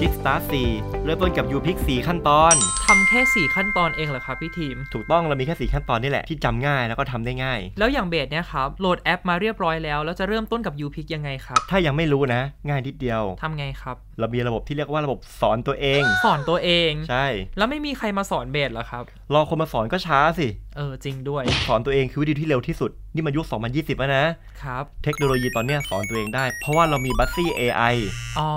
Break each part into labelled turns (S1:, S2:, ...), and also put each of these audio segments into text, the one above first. S1: Pick Star 4 เริ่มต้นกับ U Pick 4 ขั้นตอน
S2: ทำแค่ 4 ขั้นตอนเองเหรอครับพี่ทีม
S1: ถูกต้องเรามีแค่ 4 ขั้นตอนนี่แหละที่จำง่ายแล้วก็ทำได้ง่าย
S2: แล้วอย่างเบสเนี่ยครับ โหลดแอปมาเรียบร้อยแล้ว แล้วจะเริ่มต้นกับ YouPick ยังไงครับ
S1: ถ้ายังไม่รู้นะ ง่ายนิดเดียว
S2: ทำไงครับ
S1: เรามีระบบที่เรียกว่าระบบสอนตัวเอง
S2: สอนตัวเอง
S1: ใช่
S2: แล้วไม่มีใครมาสอนเบสเหรอครับ
S1: รอคนมาสอนก็ช้าสิ
S2: เออ จริงด้วย
S1: สอนตัวเองคือวิธีที่เร็วที่สุด นี่มันยุค 2020 แล้วนะ
S2: ครับ
S1: เทคโนโลยีตอนเนี้ยสอนตัวเองได้ เพราะว่าเรามีบัสซี่ AI
S2: อ๋อ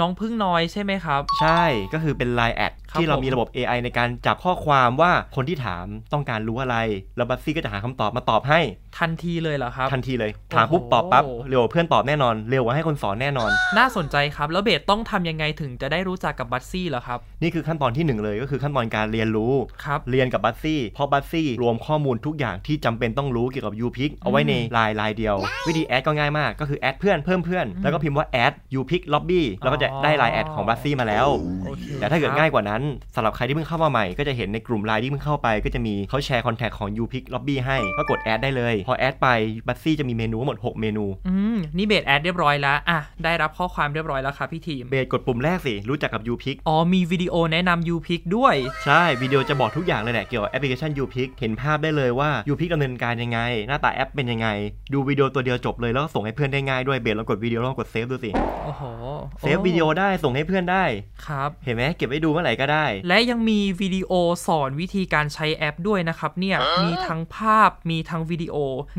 S2: น้องพึ่งน้อยใช่ไหมครับ
S1: ใช่ ก็คือเป็น Line แอด
S2: ครับ
S1: ที่เรา
S2: ผม
S1: มีระบบ AI ในการจับข้อความว่าคนที่ถามต้องการรู้อะไร แล้วบัสซี่ก็จะหาคำตอบมาตอบให้
S2: ทันทีเลยเหรอครับ
S1: ทันทีเลย ถามปุ๊บตอบปั๊บ เร็วกว่าเพื่อนตอบแน่นอน เร็วกว่าให้คนสอนแน่นอน
S2: น่าสนใจครับ แล้วเบสต้องทำยังไงถึงจะได้รู้จักกับบัตซี่เหรอครับ
S1: นี่คือขั้นตอนที่หนึ่งเลยก็คือขั้นตอนการเรียนรู้
S2: ครับ
S1: เรียนกับบัสซี่ เพราะบัสซี่รวมข้อมูลทุกอย่างที่จำเป็นต้องรู้เกี่ยวกับ u p i c เอาไว้ในลายลายเดียว วิธีแอดก็ง่ายมาก ก็คือแอดเพื่อนเพิ่มเพื่อน แล้วก็พิมพ์ว่าแอด u p i c lobby แล้วก็จะได้ลายแอดของบัสซี่มาแล้ว
S2: โอเค
S1: แต่ถ้าเกิด
S2: ครับ
S1: ง่ายกว่านั้นสำหรับใครที่เพิ่งเข้ามาใหม่ ก็จะเห็นในกลุ่มไลน์ที่เพิ่งเข้าไปก็จะมีเขาแชร์คอนแทคของ u p i c lobby ให้ก็กดแอดได้เลย พอแอดไปบัสซี่จะมีเมนูทั้งหมดหกเมนู
S2: อืม นี่เบสแอดเรียบร้อยแล้ว อ่ะ ได้รับข้อความเรียบร้อยแล้วครับพี่ทีม
S1: เบสกดปุ่มแรกสิรู้จักกับ u p i c
S2: อ๋อ มีวิดีโอแนะนำ YouPick ด้วย
S1: ใช่ วิดีโอจะบอกทุกอย่างเลยแหละเกี่ยวกับแอปพลิเคชัน u p i c เห็นภาพได้เลยว่า u p i c ดำเนินการยังไง หน้าตาแอปเป็นยังไง ดูวิดีโอตัวเดียวจบเลยแล้วก็ส่งให้เพื่อนได้ง่ายด้วยเบสลองกดวิดีโอลองกดเซฟดูสิ
S2: โอ้โห
S1: เซฟวิดีโอได้ส่งให้เพื่อนได้
S2: ครับ
S1: เห็นไหมเก็บไว้ดูเมื่อไหร่ก็ได้
S2: และยังมีวิดีโอสอนวิธีการใช้แอปด้วยนะครับเนี่ยมีทั้งภาพมีทั้งวิดีโอ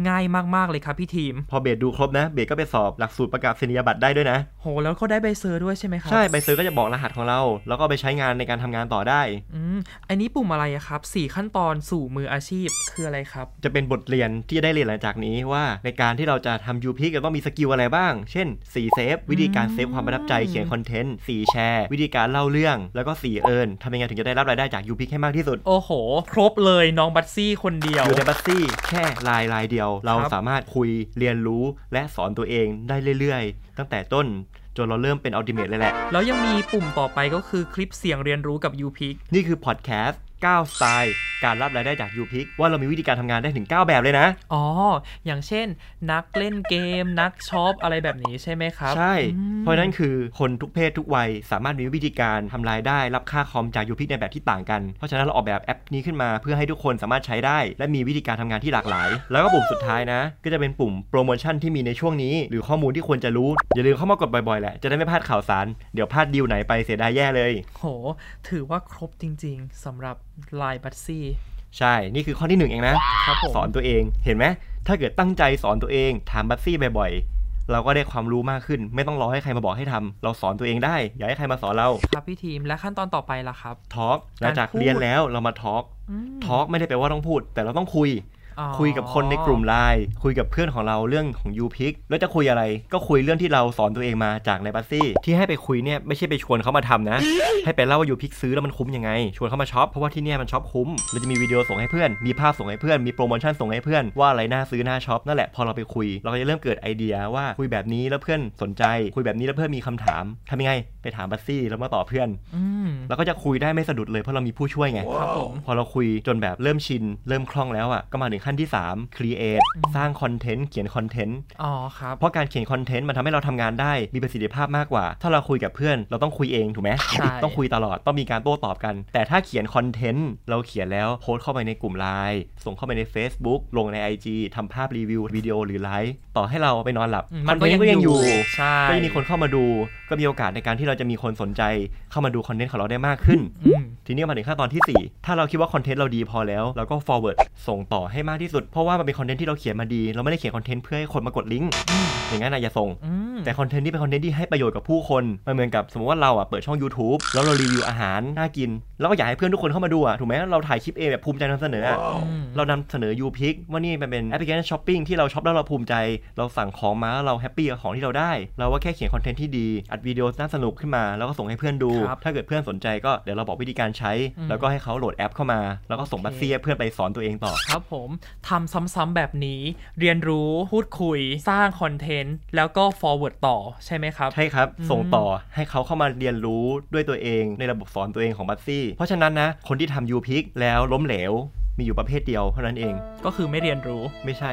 S2: ง่ายมาก ๆ เลยครับพี่ทีม
S1: พอเบสดูครบนะ เบสก็ไปสอบหลักสูตรประกาศนียบัตรได้ด้วยนะ
S2: โห แล้วก็ได้ใบเซอร์ด้วยใช่ไหมครับ
S1: ใช่ใบเซอร์ก็จะบอกรหัสของเรา แล้วก็เอาไปใช้งานในการทำงานต่อได้
S2: อืมอันนี้ปุ่มอะไรอะครับ 4 ขั้นตอนสู่มืออาชีพคืออะไรครับ
S1: จะเป็นบทเรียนที่จะได้เรียนหลังจากนี้ว่าในการที่เราจะทำ u p ก็ต้องมีสกิลอะไรบ้าง เช่น 4 เซฟ วิธีการเซฟความประทับใจเขียนคอนเทนต์ 4 แชร์ วิธีการเล่าเรื่อง แล้วก็ 4 เอินทำยังไงถึงจะได้รับรายได้จาก u p ให้มากที่สุด
S2: โอ้โห ครบเลยน้องบัตซี่คนเดียว
S1: อยู่ในบัสซี่แค่ลายลายเดียว เรา
S2: ครับ
S1: สามารถคุยเรียนรู้และสอนตัวเองได้เรื่อยๆ ตั้งแต่ต้นจนเราเริ่มเป็นอัลติเมทเลยแหละ
S2: แล้วยังมีปุ่มต่อไปก็คือคลิปเสียงเรียนรู้กับ u p i c
S1: นี่คือพอดแคสต์9สไตล์การรับรายได้จาก u p ว่าเรามีวิธีการทำงานได้ถึง 9 แบบเลยนะ
S2: อ๋อ อย่างเช่น นักเล่นเกม นักช็อปอะไรแบบนี้ใช่ไหมครับ
S1: ใช่ เพราะฉะนั้นคือคนทุกเพศทุกวัยสามารถมีวิธีการทำรายได้รับค่าคอมจากยูพิกในแบบที่ต่างกัน เพราะฉะนั้นเราออกแบบแอปนี้ขึ้นมาเพื่อให้ทุกคนสามารถใช้ได้ และมีวิธีการทำงานที่หลากหลาย แล้วก็ปุ่มสุดท้ายนะ ก็จะเป็นปุ่มโปรโมชั่นที่มีในช่วงนี้ หรือข้อมูลที่ควรจะรู้ อย่าลืมเข้ามากดบ่อยๆแหละ จะได้ไม่พลาดข่าวสาร เดี๋ยวพลาดดีลไหนไปเสียดายแย่เลย
S2: โห ถือว่าครบจริงๆสำหรับลายบัตซี่
S1: ใช่ นี่คือข้อที่หนึ่งเองนะ
S2: ครับผม
S1: สอนตัวเองเห็นไหมถ้าเกิดตั้งใจสอนตัวเองถามบัฟซี่บ่อยๆ เราก็ได้ความรู้มากขึ้น ไม่ต้องรอให้ใครมาบอกให้ทำเราสอนตัวเองได้ อย่าให้ใครมาสอนเรา
S2: ครับพี่ทีมและขั้นตอนต่อไปล่ะครับ
S1: ทอล์กหลังจาก
S2: การพูด
S1: เรียนแล้วเรามาทอล์ก
S2: อืม
S1: ทอล์กไม่ได้แปลว่าต้องพูด แต่เราต้องคุย
S2: อ๋อ
S1: คุยกับคนในกลุ่มไลน์คุยกับเพื่อนของเราเรื่องของยูพิกแล้วจะคุยอะไร ก็คุยเรื่องที่เราสอนตัวเองมาจากในบัสซี่ ที่ให้ไปคุยเนี่ยไม่ใช่ไปชวนเขามาทำนะ ให้ไปเล่าว่ายูพิกซื้อแล้วมันคุ้มยังไง ชวนเขามาช็อปเพราะว่าที่เนี่ยมันช็อปคุ้มเราจะมีวิดีโอส่งให้เพื่อน มีภาพส่งให้เพื่อนมีโปรโมชั่นส่งให้เพื่อนว่าอะไรน่าซื้อน่าช็อปนั่นแหละพอเราไปคุย เราก็จะเริ่มเกิดไอเดียว่าคุยแบบนี้แล้วเพื่อนสนใจ คุยแบบนี้แล้วเพื่อนมีคำถามทำยังไง ไปถามบัสซี่แล้วมาต่อเพื่อน
S2: อืม
S1: เราก็จะคุยได้ไม่สะดุดเลยเพราะเรามีผู้ช่วยไง
S2: ครับผม
S1: พอเราคุยจนแบบเริ่มชิน เริ่มคล่องแล้วอ่ะก็มาถึงขั้นที่ 3 create สร้างคอนเทนต์เขียนคอนเทนต์
S2: อ๋อครับ
S1: เพราะการเขียนคอนเทนต์มันทำให้เราทำงานได้มีประสิทธิภาพมากกว่า ถ้าเราคุยกับเพื่อนเราต้องคุยเองถูกไหม
S2: ใช่
S1: ต้องคุยตลอดต้องมีการโต้ตอบกัน แต่ถ้าเขียนคอนเทนต์เราเขียนแล้วโพสต์เข้าไปในกลุ่มไลน์ส่งเข้าไปใน Facebook ลงใน IG ทำภาพรีวิววิดีโอหรือไลฟ์ต่อให้เราไปนอนหลับ
S2: อื
S1: คอนเทนต์ก็ยังอยู่
S2: ใช่
S1: ก็ยังมีคนเข้ามาดูก็มีโอกาสในการที่เราจะมีคนสนใจเข้ามาดูคอนเทนต์ของเราได้มากขึ้น
S2: อืม
S1: ทีนี้มาถึงขั้นตอนทีสี่ 4 ถ้าเราคิดว่าคอนเทนต์เราดีพอแล้ว เราก็ forward ส่งต่อให้มากที่สุด เพราะว่ามันเป็นคอนเทนต์ที่เราเขียนมาดี เราไม่ได้เขียนคอนเทนต์เพื่อให้คนมากดลิงก์ อย่างนั้นนะอย่าส่ง
S2: อืม
S1: แต่คอนเทนต์ที่เป็นคอนเทนต์ที่ให้ประโยชน์กับผู้คน มันเหมือนกับสมมติว่าเราอ่ะเปิดช่อง YouTube แล้วเรารีวิวอาหารน่ากิน แล้วก็อยากให้เพื่อนทุกคนเข้ามาดูอ่ะ ถูกไหมเราถ่ายคลิปเองแบบภูมิใจนำเสนออ่ะ
S2: อืม
S1: เรานำเสนอ u p i c ว่านี่มันเป็นแอปพลิเคชันช้อปปิ้งที่เราช็อปแล้วเราภูมิใจ เราสั่งของมาแล้วเราแฮปปี้กับของที่เราได้ เราว่าแค่เขียนคอนเทนต์ที่ดี อัดวิดีโอน่าสนุกขึ้นมา แล้วก็ส่งให้เพื่อนดู
S2: ครับ
S1: ถ้าเกิดเพื่อนสนใจก็เดี๋ยวเราบอกวิธีการใช้
S2: อืม
S1: แล้วก็ให้เขาโหลดแอปเข้ามา แล้วก็ส่งบัตรเซียเพื่อนไปสอนตัวเองต่อ
S2: ครับผมทำซ้ำๆแบบนี้ เรียนรู้พูดคุย สร้างคอนเทนต์ แล้วก็ forward ต่อใช่ไหมครับ
S1: ใช่ครับ ส่งต่อให้เขาเข้ามาเรียนรู้ด้วยตัวเองในระบบสอนตัวเองของบัตซี่ เพราะฉะนั้นนะ คนที่ทำ u p i c แล้วล้มเหลว มีอยู่ประเภทเดียวเท่านั้นเอง
S2: ก็คือไม่เรียนรู้
S1: ไม่ใช่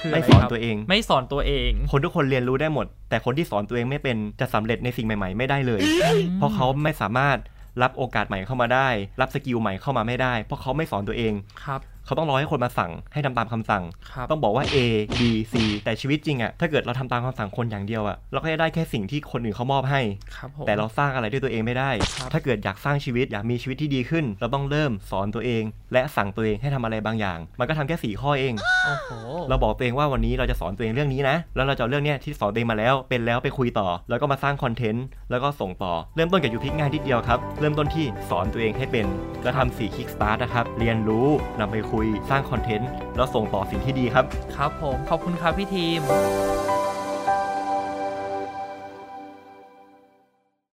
S2: คือ
S1: ไม่
S2: อะไร
S1: สอน
S2: ครับ
S1: ตัวเอง
S2: ไม่สอนตัวเอง
S1: คนทุกคนเรียนรู้ได้หมด แต่คนที่สอนตัวเองไม่เป็นจะสำเร็จในสิ่งใหม่ ๆ ไม่ได้เลย เพราะเขาไม่สามารถรับโอกาสใหม่เข้ามาได้ รับสกิลใหม่เข้ามาไม่ได้ เพราะเขาไม่สอนตัวเอง
S2: ครับ
S1: เขาต้องรอให้คนมาสั่งให้ทำตามคำสั่ง
S2: ครับ
S1: ต้องบอกว่า A B C แต่ชีวิตจริงอะถ้าเกิดเราทำตามคำสั่งคนอย่างเดียวอะเราก็จะได้แค่สิ่งที่คนอื่นเขามอบให้
S2: ครับผม
S1: แต่เราสร้างอะไรด้วยตัวเองไม่ได้
S2: ครับ
S1: ถ้าเกิดอยากสร้างชีวิตอยากมีชีวิตที่ดีขึ้น เราต้องเริ่มสอนตัวเอง และสั่งตัวเองให้ทำอะไรบางอย่าง มันก็ทำแค่สี่ข้อเอง
S2: โอ้โห
S1: เราบอกตัวเองว่าวันนี้เราจะสอนตัวเองเรื่องนี้นะ แล้วเราจะเอาเรื่องเนี้ยที่สอนตัวเองมาแล้วเป็นแล้วไปคุยต่อ แล้วก็มาสร้างคอนเทนต์ แล้วก็ส่งต่อ เริ่มต้นกับยูพิกง่ายนิดเดียวครับ เริ่มต้นที่สอนตัวเองให้เป็น แล้วทำสี่คิกสตาร์ทนะครับ เรียนรู้นำไปคุย สร้างคอนเทนต์ แล้วส่งต่อสิ่งที่ดีครับ
S2: ครับผมขอบคุณครับพี่ทีม